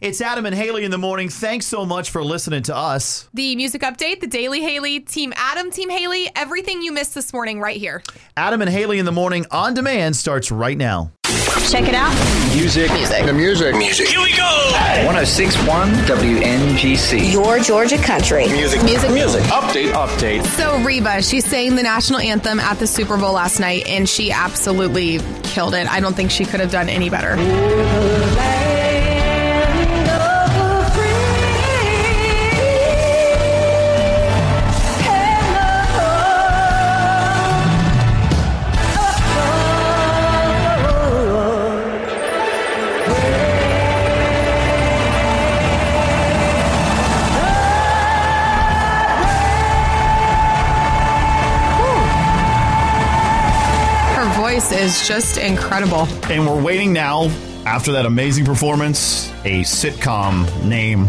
It's Adam and Haley in the morning. Thanks so much for listening to us. The music update, the Daily Haley, Team Adam, Team Haley, everything you missed this morning right here. Adam and Haley in the morning on demand starts right now. Check it out. Music. Music. The music. Music. Here we go. 1061 WNGC. Your Georgia country. Music. Music. Music. Update. Update. So, Reba, she sang the national anthem at the Super Bowl last night, and she absolutely killed it. I don't think she could have done any better. Her voice is just incredible. And we're waiting now, after that amazing performance, a sitcom name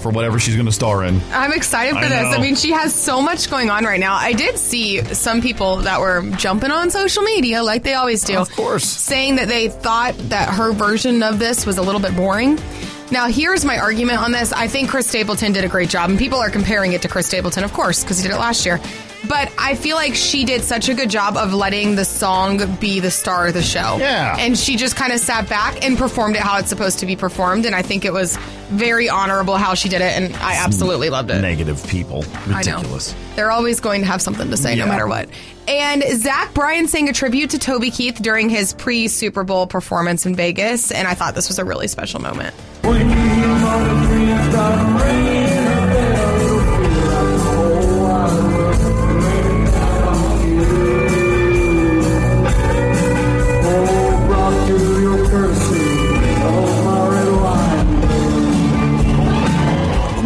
for whatever she's going to star in. I'm excited for I this. know. I mean, she has so much going on right now. I did see some people that were jumping on social media like they always do. Of course. saying that they thought that her version of this was a little bit boring. Now, here's my argument on this. I think Chris Stapleton did a great job, and people are comparing it to Chris Stapleton, of course, because he did it last year. But I feel like she did such a good job of letting the song be the star of the show. Yeah. And she just kind of sat back and performed it how it's supposed to be performed. And I think it was very honorable how she did it. And I absolutely loved it. Negative people. know. Ridiculous. They're always going to have something to say Yeah. no matter what. And Zach Bryan sang a tribute to Toby Keith during his pre Super Bowl performance in Vegas. And I thought this was a really special moment.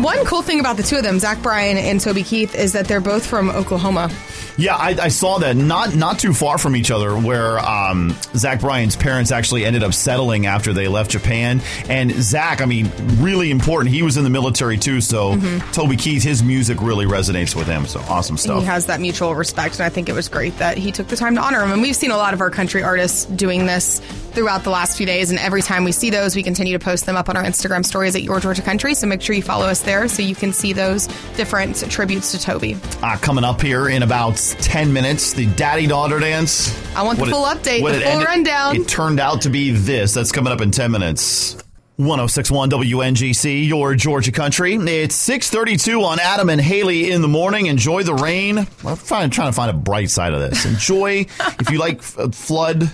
One cool thing about the two of them, Zach Bryan and Toby Keith, is that they're both from Oklahoma. Yeah, I, I saw that not not too far from each other, where um, Zach Bryan's parents actually ended up settling after they left Japan. And Zach, I mean, really important. He was in the military too, so Toby Keith, his music really resonates with him. So awesome And stuff. he has that mutual respect. And I think it was great that he took the time to honor him. And we've seen a lot of our country artists doing this throughout the last few days. And every time we see those, we continue to post them up on our Instagram stories at Your Georgia Country. So make sure you follow us there so you can see those different tributes to Toby. uh, coming up here in about 10 minutes the daddy daughter dance I want the full update, what the it full rundown. it turned out to be this that's coming up in 10 minutes 1061 WNGC your Georgia country it's 632 on Adam and Haley in the morning enjoy the rain I'm find, trying to find a bright side of this enjoy if you like f- flood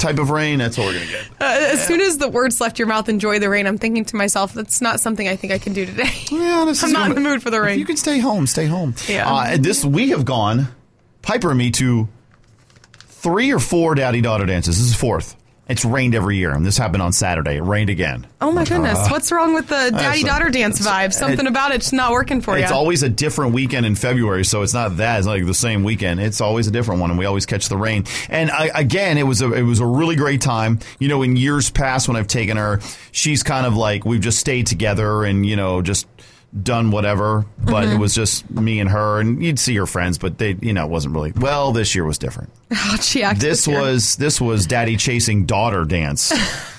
type of rain that's what we're gonna get As soon as the words left your mouth, enjoy the rain, I'm thinking to myself, that's not something I think I can do today. Yeah, this I'm is not in gonna- the mood for the If rain. you can stay home, stay home. Yeah. Uh, and this we have gone, Piper and me to three or four daddy daughter dances. This is fourth. It's rained every year, and this happened on Saturday. It rained again. Oh my goodness, Uh, what's wrong with the daddy daughter dance vibe? Something about it's not working for It's you. always a different weekend in February, so it's not that. It's not like the same weekend. It's always a different one, and we always catch the rain. And I, again, it was a it was a really great time. You know, in years past when I've taken her, she's kind of like we've just stayed together and you know just done whatever. But Mm-hmm. it was just me and her, and you'd see her friends, but they you know it wasn't really. Well, this year was different. How'd Oh, she act This year? was this was daddy chasing daughter dance.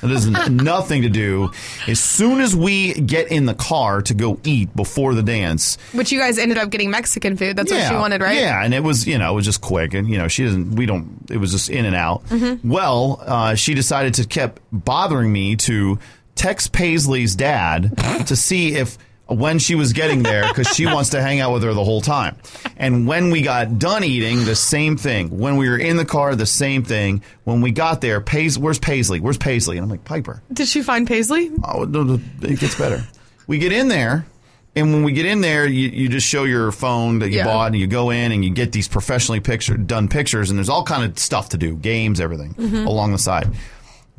That has nothing to do. As soon as we get in the car to go eat before the dance, But you guys ended up getting Mexican food. That's what she wanted, right? yeah, and it was you know it was just quick, and you know she doesn't. We don't. It was just in and out. Mm-hmm. Well, uh, she decided to kept bothering me to text Paisley's dad to see if when she was getting there because she wants to hang out with her the whole time. And when we got done eating, the same thing. When we were in the car, the same thing. When we got there, Pais, where's Paisley? Where's Paisley? And I'm like Piper. Did she find Paisley? Oh, no, no, it gets better. we get in there, and when we get in there, you, you just show your phone that you Yeah. bought, and you go in and you get these professionally picture done pictures, and there's all kind of stuff to do, games, everything Mm-hmm. along the side.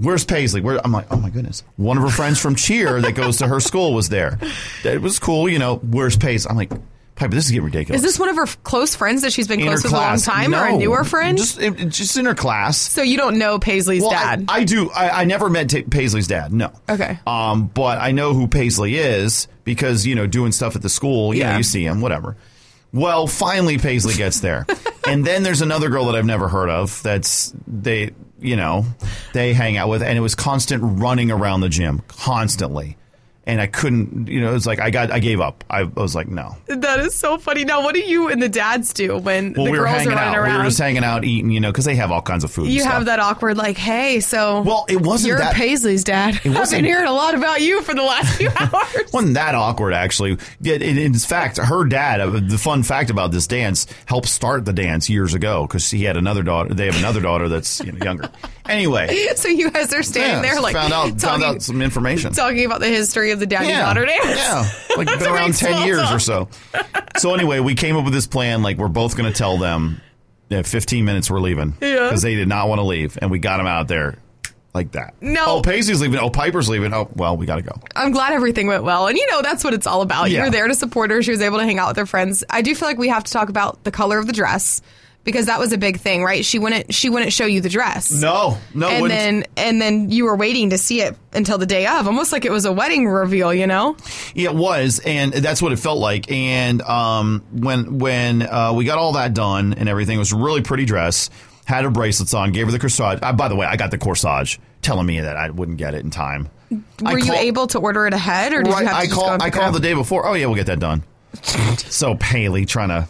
Where's Paisley? Where I'm like, oh my goodness. One of her friends from Cheer that goes to her school was there. It was cool, you know. Where's Paisley? I'm like, Piper, this is getting ridiculous. Is this one of her f- close friends that she's been in her close with a long class? time or a No. newer friend? Just, it- it's just in her class. so you don't know Paisley's Well, I- dad. I, do. I, I never met Ta Paisley's dad. No. Okay. Um, but I know who Paisley is because you know doing stuff at the school. Yeah. Yeah. You see him. Whatever. Well, finally Paisley gets there, and then there's another girl that I've never heard of. That's they. you know, they hang out with, and it was constant running around the gym constantly. And I couldn't, you know, it was like I got, I gave up. I, I was like, no. That is so funny. Now, what do you and the dads do when Well, the we were girls are hanging running out. around? We were just hanging out, eating, you know, because they have all kinds of food. and you stuff. have that awkward, like, hey, so Well, it wasn't you're that- Paisley's dad. I've been wasn't- hearing a lot about you for the last few hours. wasn't that awkward actually. Yet, in, in fact, her dad. uh, The fun fact about this dance helped start the dance years ago because he had another daughter. They have another daughter that's you know, younger. Anyway, so you guys are yeah, standing there, like, found out found talking, out some information. talking about the history of the dad and yeah, daughter dance. yeah, like That's been a around big ten small years talk. or so. So anyway, we came up with this plan. Like we're both going to tell them. Yeah, fifteen minutes. We're leaving Yeah. because they did not want to leave, and we got them out there like that. No. Oh, Paisley's leaving. Oh, Piper's leaving. Oh, well, we got to go. I'm glad everything went well. And you know, that's what it's all about. You Yeah. were there to support her. She was able to hang out with her friends. I do feel like we have to talk about the color of the dress because that was a big thing, right? She wouldn't she wouldn't show you the dress. No, no. And wouldn't- then and then you were waiting to see it until the day of, almost like it was a wedding reveal, you know? Yeah, It was, and that's what it felt like. And um, when when uh, we got all that done and everything, it was a really pretty dress. Had her bracelets on. Gave her the corsage. Uh, by the way, I got the corsage, telling me that I wouldn't get it in time. Were Were you able to order it ahead or did Right, you have to I just go called. and I pick it called the up? day before. Oh yeah, we'll get that done. so Paley trying to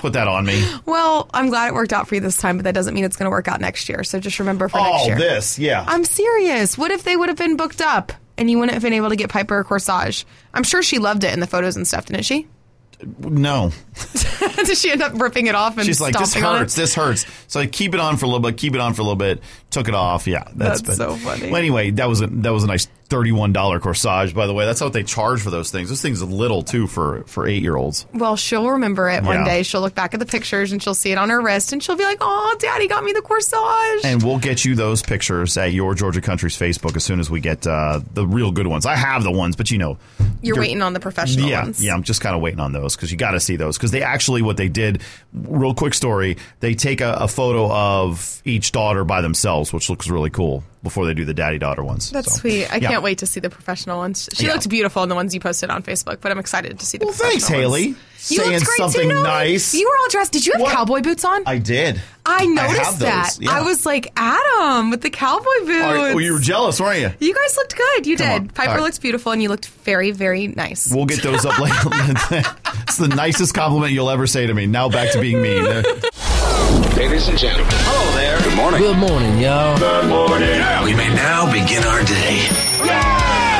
put that on me. Well, I'm glad it worked out for you this time, but that doesn't mean it's gonna work out next year. So just remember for next Oh, year. this, yeah. I'm serious. What if they would have been booked up and you wouldn't have been able to get Piper a corsage? I'm sure she loved it in the photos and stuff, didn't she? no, Did she end up ripping it off and she's like, this stomping on it? hurts. This hurts. So I keep it on for a little bit. Keep it on for a little bit. Took it off. Yeah, That's been- so funny. Well, anyway, that was a that was a nice thirty one dollar corsage. By the way, that's what they charge for those things. Those things are little too for for eight year olds. Well, she'll remember it one Yeah. day. She'll look back at the pictures and she'll see it on her wrist and she'll be like, "Oh, Daddy got me the corsage." And we'll get you those pictures at your Georgia Country's Facebook as soon as we get uh, the real good ones. I have the ones, but you know, You're they're- waiting on the professional yeah, ones. Yeah, I'm just kind of waiting on those because you got to see those because they actually what they did. Real quick story: they take a, a photo of each daughter by themselves, which looks really cool before they do the daddy daughter ones. That's So, sweet. I yeah. can't wait to see the professional ones. She Yeah. looked beautiful in the ones you posted on Facebook, but I'm excited to see the Well, thanks, professional ones. Haley. You Saying looked great something too, Noah. nice. You were all dressed. Did you have What? cowboy boots on? I did. I noticed have those, that. yeah. I was like, Adam with the cowboy boots. All right, well, you were jealous, weren't you? You guys looked good. You Come did. on. Piper All right. looked beautiful, and you looked very, very nice. We'll get those up later. it's the nicest compliment you'll ever say to me. Now back to being mean. Ladies and gentlemen. Hello there. Good morning. Good morning, y'all. We may now begin our day.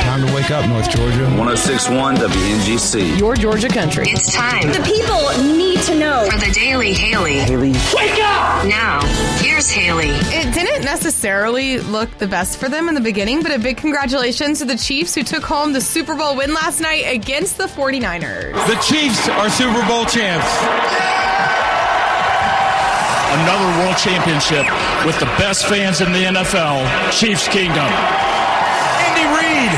Time to wake up, North Georgia. 1061 WNGC. Your Georgia country. It's time. The people need to know. For the Daily Haley. Haley. Wake up! Now, here's Haley. It didn't necessarily look the best for them in the beginning, but a big congratulations to the Chiefs who took home the Super Bowl win last night against the 49ers. The Chiefs are Super Bowl champs. Another world championship with the best fans in the NFL, Chiefs Kingdom. Andy Reid.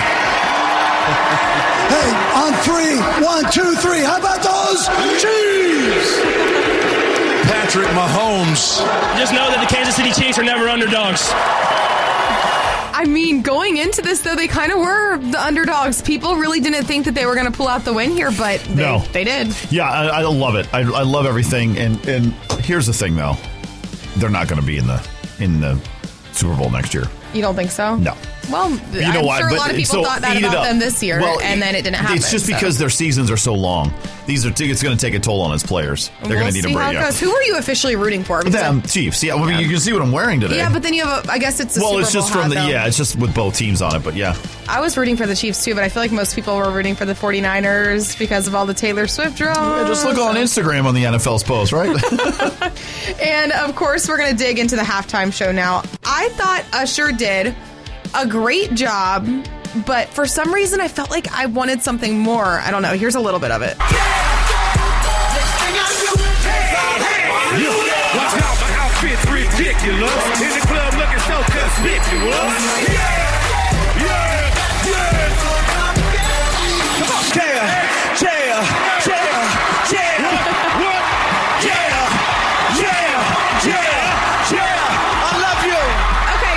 Hey, on three, one, two, three. How about those Chiefs? Patrick Mahomes. Just know that the Kansas City Chiefs are never underdogs. I mean, going into this, though, they kind of were the underdogs. People really didn't think that they were going to pull out the win here, but they, No. they did. yeah, I, I love it. I, I love everything. And and here's the thing, though, they're not going to be in the in the Super Bowl next year. You don't think so? No. Well, You know I'm why? sure a But- lot of people so thought that eat it about up. them this year, Well, and then it didn't happen. It's just so. because their seasons are so long. These are it's going to take a toll on us players. They're We'll going to need see a break. how it yeah. goes. Who are you officially rooting for? Because Them Chiefs. Yeah, well, I mean, you can see what I'm wearing today. Yeah, but then you have a. I guess it's a well, Super it's just Bowl from the hat, though. yeah, it's just with both teams on it. But yeah, I was rooting for the Chiefs too, but I feel like most people were rooting for the 49ers because of all the Taylor Swift drama. just look on Instagram on the NFL's post, right? And of course, we're going to dig into the halftime show now. I thought Usher did a great job, but for some reason, I felt like I wanted something more. I don't know. Here's a little bit of it. Watch out, my outfit's ridiculous. In the club looking so conspicuous. Yeah, yeah, yeah. Come on. Yeah, yeah, yeah, yeah. What? Yeah, yeah, yeah, yeah. I love you. Okay.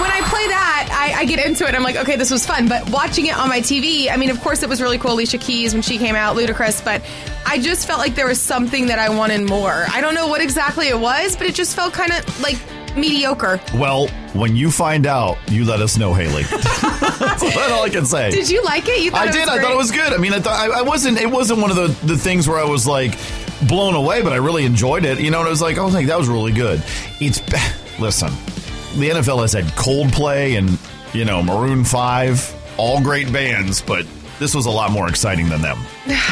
When I play that, I, I get into it. I'm like, okay, this was fun. But watching it on my TV, I mean, of course, it was really cool. Alicia Keys when she came out, Ludacris. But I just felt like there was something that I wanted more. I don't know what exactly it was, but it just felt kind of like mediocre. Well, when you find out, you let us know, Haley. That's all I can say. Did you like it? You thought I it did. Was I great? thought it was good. I mean, I thought I, I wasn't. It wasn't one of the, the things where I was like blown away, but I really enjoyed it. You know, and I was like, oh, like that was really good. It's listen, the NFL has had Coldplay and you know Maroon Five, all great bands, but this was a lot more exciting than them.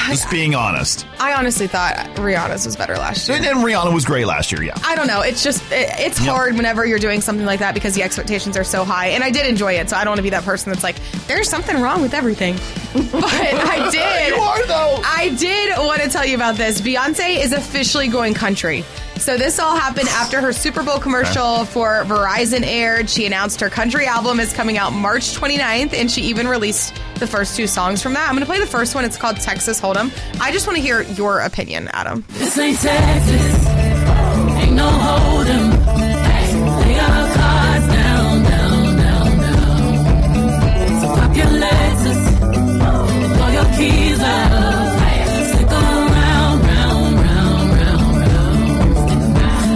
Just being honest. I honestly thought Rihanna's was better last year. And, and Rihanna was great last year. Yeah. I don't know. It's just it, it's Yeah. hard whenever you're doing something like that because the expectations are so high. And I did enjoy it, so I don't want to be that person that's like, "There's something wrong with everything." But I did. You are, though. I did want to tell you about this. Beyonce is officially going country. So this all happened after her Super Bowl commercial for Verizon aired. She announced her country album is coming out March 29th, and she even released the first two songs from that. I'm going to play the first one. It's called Texas Hold'em. I just want to hear your opinion, Adam. This ain't Texas. Ain't no hold'em. Hey, lay our cards down, down, down, down. So pop your Lexus. and Throw your keys up. Hey, stick around, round, round, round, round.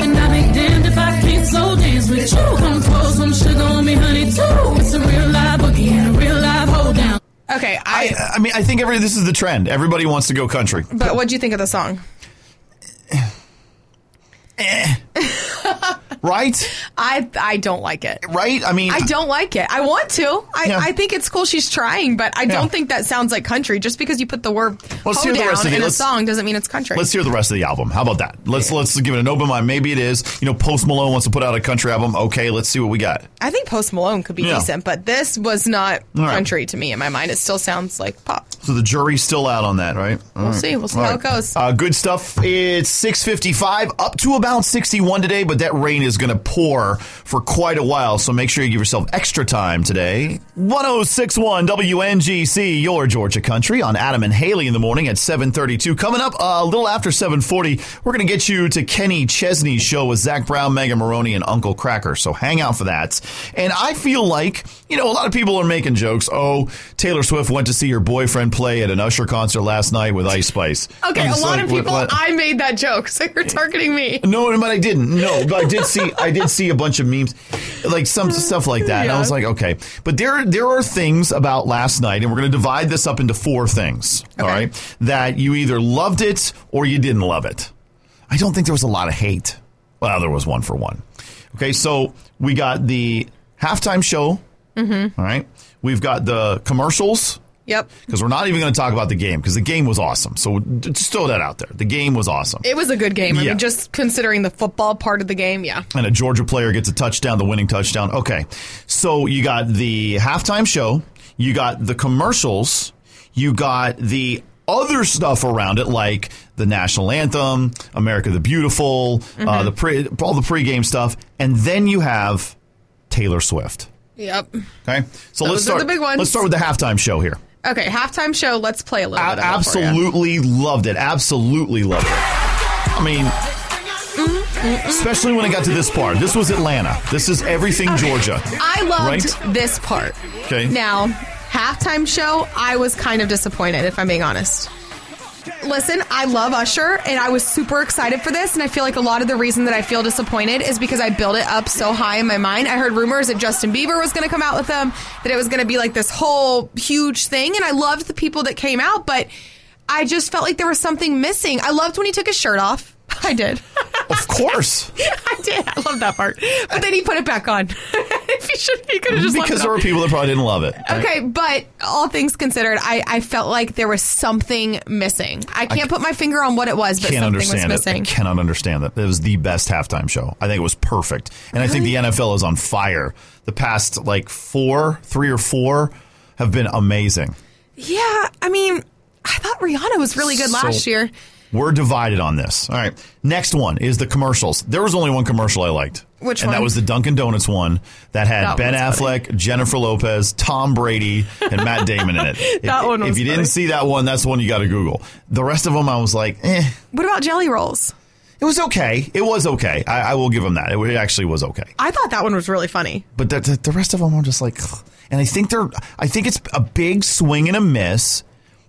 And I'll be damned if I can't slow dance with you. Come throw some sugar on me, honey, too. It's a real live boogie and a real live hold down. Okay, I, I mean, I think every this is the trend. Everybody wants to go country. But what do you think of the song? right? I I don't like it. Right? I mean, I don't like it. I want to. I, Yeah. I think it's cool she's trying, but I don't Yeah. think that sounds like country. Just because you put the word Let's hoe hear the down rest of it. in a Let's- song doesn't mean it's country. Let's hear the rest of the album. How about that? Let's let's give it an open mind. Maybe it is. You know, Post Malone wants to put out a country album. Okay, let's see what we got. I think Post Malone could be Yeah. decent, but this was not All right. country to me in my mind. It still sounds like pop. So the jury's still out on that, right? All We'll right. see. We'll see All how right. it goes. Uh, good stuff. It's 655, up to about 61 today, but that rain is going to pour for quite a while. So make sure you give yourself extra time today. 1061 WNGC, your Georgia country on Adam and Haley in the morning at 732. Coming up uh, a little after 740, we're going to get you to Kenny Chesney's show with Zach Brown, Megan Maroney, and Uncle Cracker. So hang out for that. And I feel like, you know, a lot of people are making jokes. Oh, Taylor Swift went to see her boyfriend play at an Usher concert last night with Ice Spice. Okay, I'm a just lot like, of what- people. what- I made that joke, so you're targeting me. no, but I didn't. No, but I did see. I did see a bunch of memes, like some stuff like that. And I Yeah. was like, okay. But there, there are things about last night, and we're going to divide this up into four things. All right, that you either loved it or you didn't love it. I don't think there was a lot of hate. Well, there was one for one. Okay, so we got the halftime show. Mm-hmm. All right, we've got the commercials Yep. because we're not even going to talk about the game because the game was awesome. So just throw that out there. The game was awesome. It was a good game. I Yeah. mean, just considering the football part of the game, yeah. and a Georgia player gets a touchdown, the winning touchdown. Okay. So you got the halftime show, you got the commercials, you got the other stuff around it, like the national anthem, America the Beautiful, uh, Mm-hmm. the pre- all the pregame stuff, and then you have Taylor Swift. Yep. Okay, so let's Those are start. the big ones. Let's start with the halftime show here. Okay, halftime show. Let's play a little bit. Of it for ya. Absolutely loved it. Absolutely loved it. I mean, especially when it got to this part. This was Atlanta. This is everything Georgia. I loved Right? this part. Okay. Now, halftime show, I was kind of disappointed, if I'm being honest. Listen, I love Usher, and I was super excited for this. And I feel like a lot of the reason that I feel disappointed is because I built it up so high in my mind. I heard rumors that Justin Bieber was going to come out with them, that it was going to be like this whole huge thing. And I loved the people that came out, but I just felt like there was something missing. I loved when he took his shirt off. I did. Of course. I did. I love that part. But then he put it back on. if he should, he could have just left because it there on. were people that probably didn't love it. right? Okay, but all things considered, I, I felt like there was something missing. I can't put my finger on what it was, but Can't something was understand it. I missing. cannot understand that. It was the best halftime show. I think it was perfect. And I think the NFL is on fire. The past like four, three or four have been amazing. Yeah, I mean, I thought Rihanna was really good So- last year. We're divided on this. All right. Next one is the commercials. There was only one commercial I liked. Which and that one? was the Dunkin' Donuts one that had That Ben one's Affleck, Jennifer Lopez, Tom Brady, and Matt Damon in it. If, That one if was you funny. didn't see that one, that's the one you got to Google. The rest of them, I was like, eh. What about Jelly Rolls? It was okay. It was okay. I, I will give them that. It, it actually was okay. I thought that one was really funny. But the, the, the rest of them, I'm just like, ugh. and I think they're, I think it's a big swing and a miss.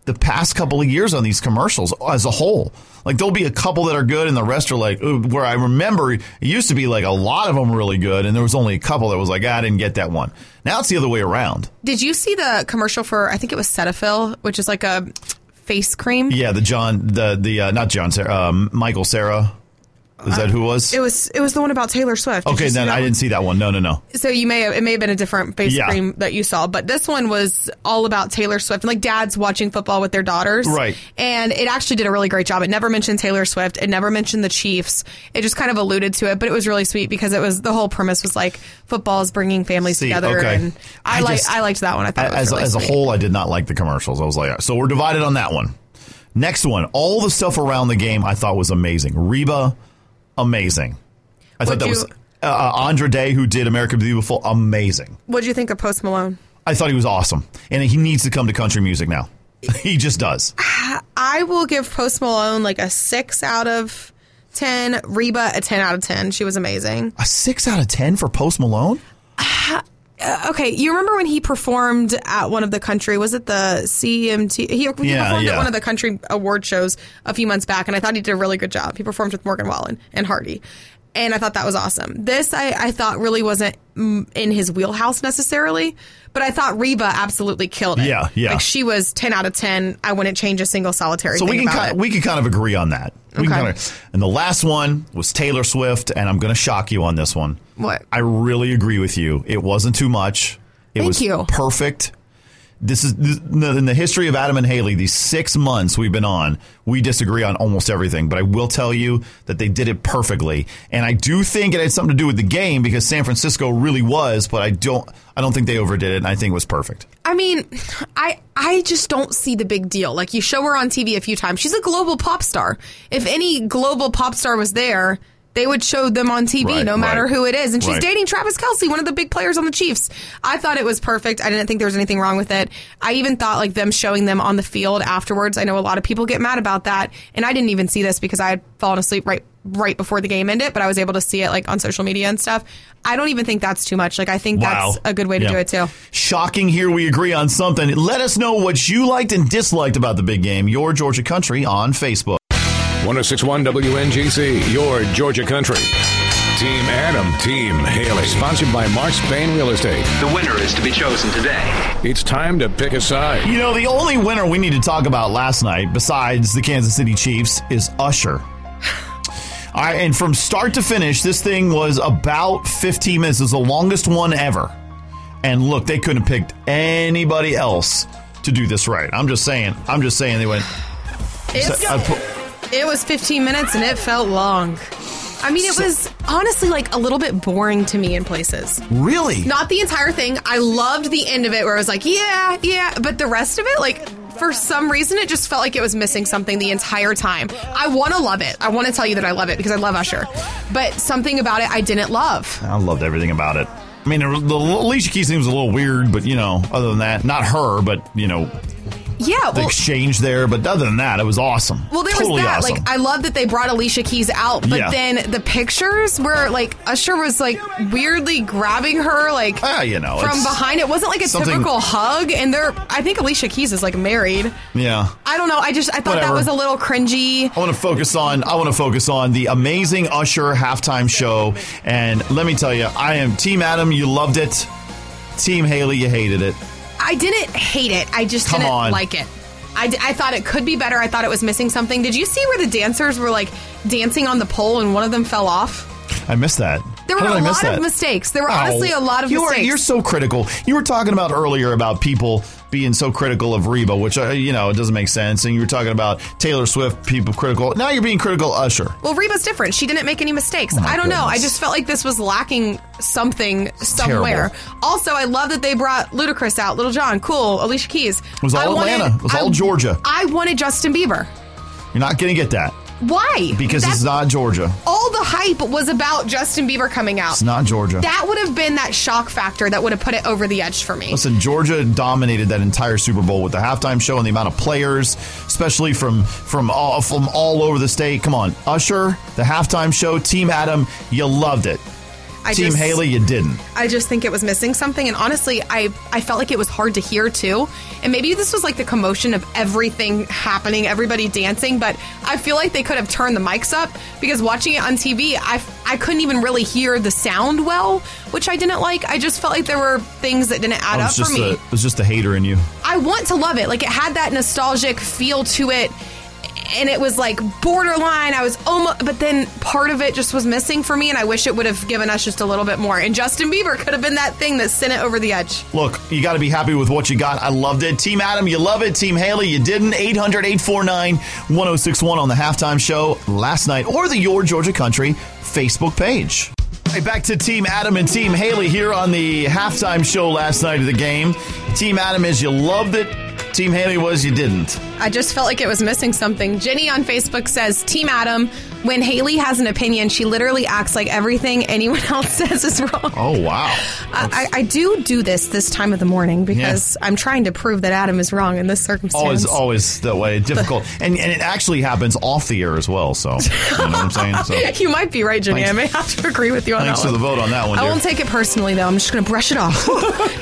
the past couple of years on these commercials as a whole. Like there'll be a couple that are good, and the rest are like ooh, where I remember it used to be like a lot of them really good, and there was only a couple that was like "Ah, I didn't get that one. Now it's the other way around. Did you see the commercial for? I think it was Cetaphil, which is like a face cream. Yeah, the John, the the uh, not John, Sarah, um, Michael Sarah. Is that who it was? It was it was the one about Taylor Swift. Did okay, you see then that I one? didn't see that one. No, no, no. So you may have it may have been a different face Yeah. cream that you saw, but this one was all about Taylor Swift and like dads watching football with their daughters. Right. And it actually did a really great job. It never mentioned Taylor Swift. It never mentioned the Chiefs. It just kind of alluded to it, but it was really sweet because it was the whole premise was like football is bringing families See, together. okay. And I, I like just- I liked that one. I thought it was as, really as a sweet. whole, I did not like the commercials. I was like, so we're divided on that one. Next one, all the stuff around the game I thought was amazing. Reba, amazing. I Would thought that you- was uh, uh, Andre Day, who did America Beautiful, amazing. What do you think of Post Malone? I thought he was awesome, and he needs to come to country music now. he just does. I will give Post Malone like a six out of ten. Reba a ten out of ten. She was amazing. A six out of ten for Post Malone. Uh, okay, you remember when he performed at one of the country? Was it the CMT? He, he Yeah, performed at yeah. one of the country award shows a few months back, and I thought he did a really good job. He performed with Morgan Wallen and Hardy, and I thought that was awesome. This I, I thought really wasn't mm, in his wheelhouse necessarily, but I thought Reba absolutely killed it. Yeah, yeah. Like she was ten out of ten. I wouldn't change a single solitary. So thing we can about kind it. we can kind of agree on that. We can Okay. kind of, and the last one was Taylor Swift, and I'm going to shock you on this one. What? I really agree with you. It wasn't too much. It Thank was you. perfect. This is this, in the history of Adam and Haley. These six months we've been on, we disagree on almost everything. But I will tell you that they did it perfectly, and I do think it had something to do with the game because San Francisco really was. But I don't, I don't think they overdid it, and I think it was perfect. I mean, I I just don't see the big deal. Like you show her on TV a few times. She's a global pop star. If any global pop star was there, they would show them on TV Right, no matter right. who it is. And she's Right. dating Travis Kelsey, one of the big players on the Chiefs. I thought it was perfect. I didn't think there was anything wrong with it. I even thought like them showing them on the field afterwards. I know a lot of people get mad about that, and I didn't even see this because I had fallen asleep right right before the game ended, but I was able to see it like on social media and stuff. I don't even think that's too much. Like I think that's a good way to Yeah. do it too. Shocking here we agree on something. Let us know what you liked and disliked about the big game, your Georgia country on Facebook. 1061 WNGC, your Georgia country. Team Adam, Team Haley. Sponsored by Mark Spain Real Estate. The winner is to be chosen today. It's time to pick a side. You know, the only winner we need to talk about last night, besides the Kansas City Chiefs, is Usher. All right, and from start to finish, this thing was about 15 minutes. It was the longest one ever. And look, they couldn't have picked anybody else to do this right. I'm just saying. I'm just saying they went. It's- I put- It was 15 minutes and it felt long. I mean, it was honestly like a little bit boring to me in places. really? Not the entire thing. I loved the end of it where I was like, yeah, yeah. But the rest of it, like, for some reason, it just felt like it was missing something the entire time. I want to love it. I want to tell you that I love it because I love Usher. But something about it I didn't love. I loved everything about it. I mean, the, the Alicia Keys thing was a little weird, but you know, other than that, not her, but you know, Yeah. the Well, exchange there. But other than that, it was awesome. well there totally was that. awesome. Like, I love that they brought Alicia Keys out, but Yeah. then the pictures where, like, Usher was, like, weirdly grabbing her, like, ah, you know, from it's- behind. It wasn't like a something- typical hug, and they're. I think Alicia Keys is like married. Yeah, I don't know. I just I thought that Whatever. was a little cringy. I want to focus on. I want to focus on the amazing Usher halftime show. And let me tell you, I am Team Adam. You loved it. Team Haley, you hated it. I didn't hate it. I just Come didn't on. like it. I, d- I thought it could be better. I thought it was missing something. Did you see where the dancers were like dancing on the pole and one of them fell off? I missed that. There How were did a I miss lot of that? mistakes. There were honestly Oh, a lot of you mistakes. Are, you're so critical. You were talking about earlier about people being so critical of Reba, which uh, you know it doesn't make sense. And you were talking about Taylor Swift, people critical. Now you're being critical of Usher. well, Reba's different. She didn't make any mistakes. Oh my I don't know. I goodness. just felt like this was lacking something somewhere. terrible. Also, I love that they brought Ludacris out, Little John, cool, Alicia Keys. It was all I wanted- Atlanta. it was all I- Georgia. I wanted Justin Bieber. You're not going to get that Why? because That's- it's not Georgia. all the hype was about Justin Bieber coming out. It's not Georgia. That would have been that shock factor that would have put it over the edge for me. Listen, Georgia dominated that entire Super Bowl with the halftime show and the amount of players, especially from from all from all over the state. Come on, Usher, the halftime show, Team Adam, you loved it. I Team just- Haley, you didn't. I just think it was missing something. And honestly, I, I felt like it was hard to hear too. And maybe this was like the commotion of everything happening, everybody dancing, but I feel like they could have turned the mics up because watching it on TV, I, I couldn't even really hear the sound well, which I didn't like. I just felt like there were things that didn't add Oh, up it's for just me. the it was just the hater in you. I want to love it. Like it had that nostalgic feel to it. And it was like borderline. I was almost, but then part of it just was missing for me, and I wish it would have given us just a little bit more. And Justin Bieber could have been that thing that sent it over the edge. Look, you got to be happy with what you got. I loved it. Team Adam, you love it. Team Haley, you didn't. 800 849 1061 on the halftime show last night or the Your Georgia Country Facebook page. Hey, back to Team Adam and Team Haley here on the halftime show last night of the game. Team Adam is you loved it. Team Haley was you didn't. I just felt like it was missing something. Jenny on Facebook says, Team Adam, when Haley has an opinion, she literally acts like everything anyone else says is wrong. Oh, wow. I, I I do do this this time of the morning because I'm trying to prove that Adam is wrong in this circumstance. Always, always that way. Difficult, and and it actually happens off the air as well. So you know what I'm saying. So you might be right, Jenny. I may have to agree with you on thanks that for the one. vote on that one. I dear. won't take it personally, though. I'm just going to brush it off.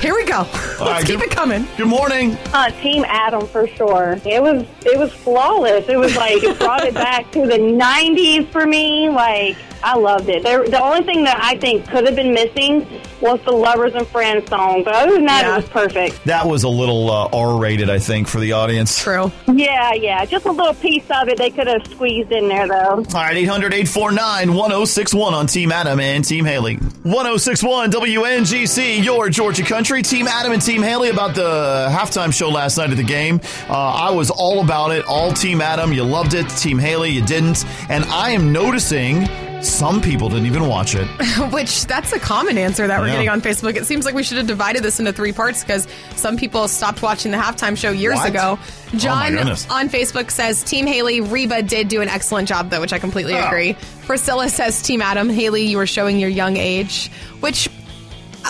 Here we go. Let's All right, keep good- it coming. Good morning. Uh, Team Adam for sure. It was it was flawless. It was like it brought it back to the '90s for me. Like I loved it. There, the only thing that I think could have been missing was the lovers and friends song. But other than that, it was perfect. That was a little uh, R-rated, I think, for the audience. True. Yeah, yeah. Just a little piece of it they could have squeezed in there though. All right, 800 849 1061 on Team Adam and Team Haley. 1061 WNGC, your Georgia country. Team Adam and Team Haley about the halftime show last night of the game. Uh, I was all about it. All Team Adam, you loved it. Team Haley, you didn't. And I am noticing some people didn't even watch it. Which that's a common answer that we're Yeah. getting on Facebook. It seems like we should have divided this into three parts because some people stopped watching the halftime show years What? Oh ago. my John goodness. on Facebook says Team Haley, Reba did do an excellent job though, which I completely Oh. agree. Priscilla says Team Adam, Haley, you were showing your young age, which.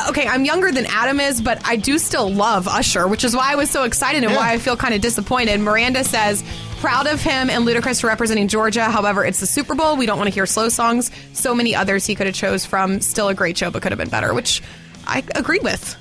Okay, I'm younger than Adam is, but I do still love Usher, which is why I was so excited and why I feel kind of disappointed. Miranda says, proud of him and Ludacris for representing Georgia. However, it's the Super Bowl. We don't want to hear slow songs. So many others he could have chose from. Still a great show, but could have been better, which I agree with.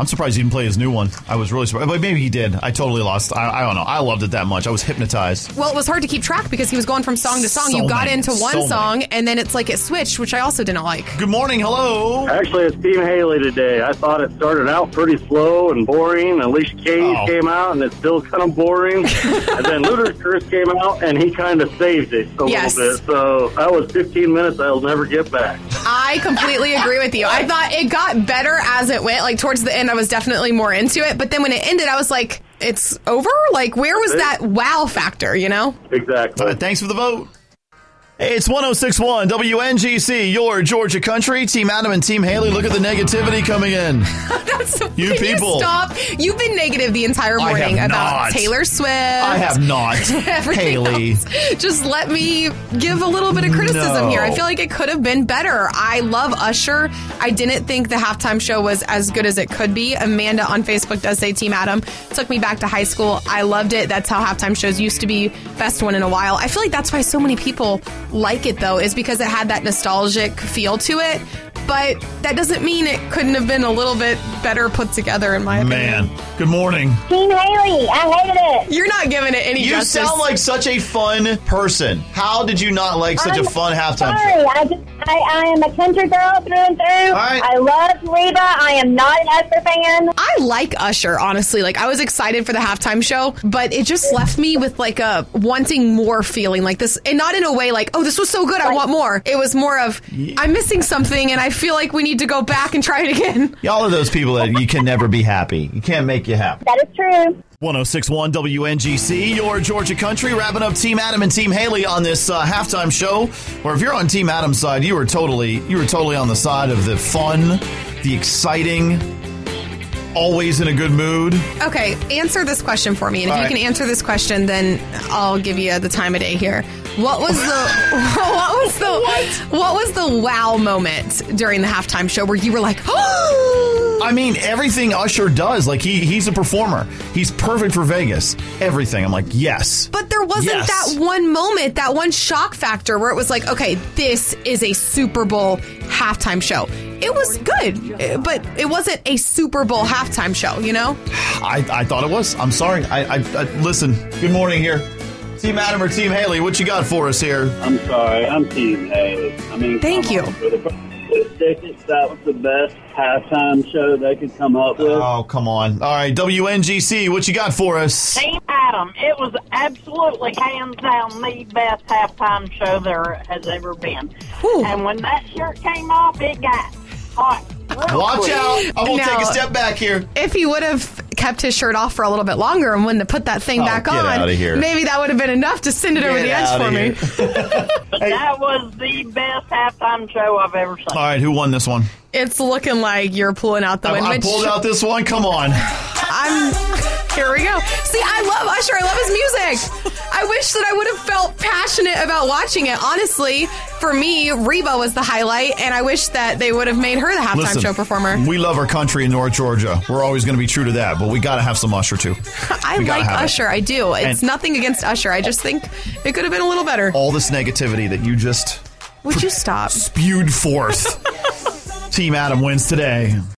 I'm surprised he didn't play his new one. I was really surprised. But maybe he did. I totally lost. I, I don't know. I loved it that much. I was hypnotized. Well, it was hard to keep track because he was going from song to song. So you got many, into one so many. song and then it's like it switched, which I also didn't like. Good morning. Hello. Actually, it's Team Haley today. I thought it started out pretty slow and boring. Alicia Keys Oh. came out, and it's still kind of boring. and then Ludacris came out, and he kind of saved it a Yes. little bit. So that was 15 minutes I'll never get back. I completely agree with you. I thought it got better as it went. Like towards the end, I was definitely more into it. But then when it ended, I was like, it's over? Like, where was that wow factor, you know? Exactly. All right, thanks for the vote. Hey, It's 1061 WNGC, your Georgia country. Team Adam and Team Haley, look at the negativity coming in. That's You can people. stop. You've been negative the entire I have morning about not. Taylor Swift. I have not. Everything Haley. else. Just let me give a little bit of criticism No. here. I feel like it could have been better. I love Usher. I didn't think the halftime show was as good as it could be. Amanda on Facebook does say Team Adam took me back to high school. I loved it. That's how halftime shows used to be. Best one in a while. I feel like that's why so many people like it though, is because it had that nostalgic feel to it. But that doesn't mean it couldn't have been a little bit better put together, in my opinion. Man, good morning. Team Haley, I hated it. You're not giving it any You justice. sound like such a fun person. How did you not like such I'm a fun halftime show? Sorry, I, just, I I am a country girl through and through. I love Reba. I am not an Usher fan. I like Usher, honestly. Like, I was excited for the halftime show, but it just left me with like a wanting more feeling like this. And not in a way like, oh, this was so good, I want more. It was more of, I'm missing something and I feel like we need to go back and try it again. Y'all are those people that you can never be happy. You can't make you happy. That is true. 1061 WNGC, your Georgia country, wrapping up Team Adam and Team Haley on this uh, halftime show. Or if you're on Team Adam's side, you were totally you were totally on the side of the fun, the exciting, always in a good mood. Okay, answer this question for me. And if All you right. can answer this question, then I'll give you the time of day here. What was the what was the what? was the wow moment during the halftime show where you were like, oh I mean, everything Usher does, like he he's a performer. He's perfect for Vegas. Everything. I'm like, yes. But there wasn't Yes. that one moment, that one shock factor where it was like, okay, this is a Super Bowl halftime show. It was good, eh, but it wasn't a Super Bowl halftime show, you know? I, I thought it was. I'm sorry. I, I, I listen. Good morning here, Team Adam or Team Haley. What you got for us here? I'm sorry, I'm Team Haley. I mean, Thank come you. on, for the- If they think that was the best halftime show they could come up with. Oh come on! All right, WNGC. What you got for us? Team Adam, it was absolutely hands down the best halftime show there has ever been. And when that shirt came off, it got hot. real quick. Now, back here. If he would have kept his shirt off for a little bit longer and wouldn't have put that thing Oh, back get on, outta here. maybe that would have been enough to send it over Get the edge outta for me. here. But that was the best halftime show I've ever seen. All right, who won this one? It's looking like you're pulling out the I, win. I which- pulled out this one. Come on. I'm. Here we go. See, I love Usher. I love his music. I wish that I would have felt passionate about watching it. Honestly, for me, Reba was the highlight, and I wish that they would have made her the halftime Listen, show performer. We love our country in North Georgia. We're always going to be true to that, but we got to have some Usher too. I we gotta like have it. Usher. I do. It's And- nothing against Usher. I just think it could have been a little better. All this negativity that you just Would you stop? spewed forth. Team Adam wins today.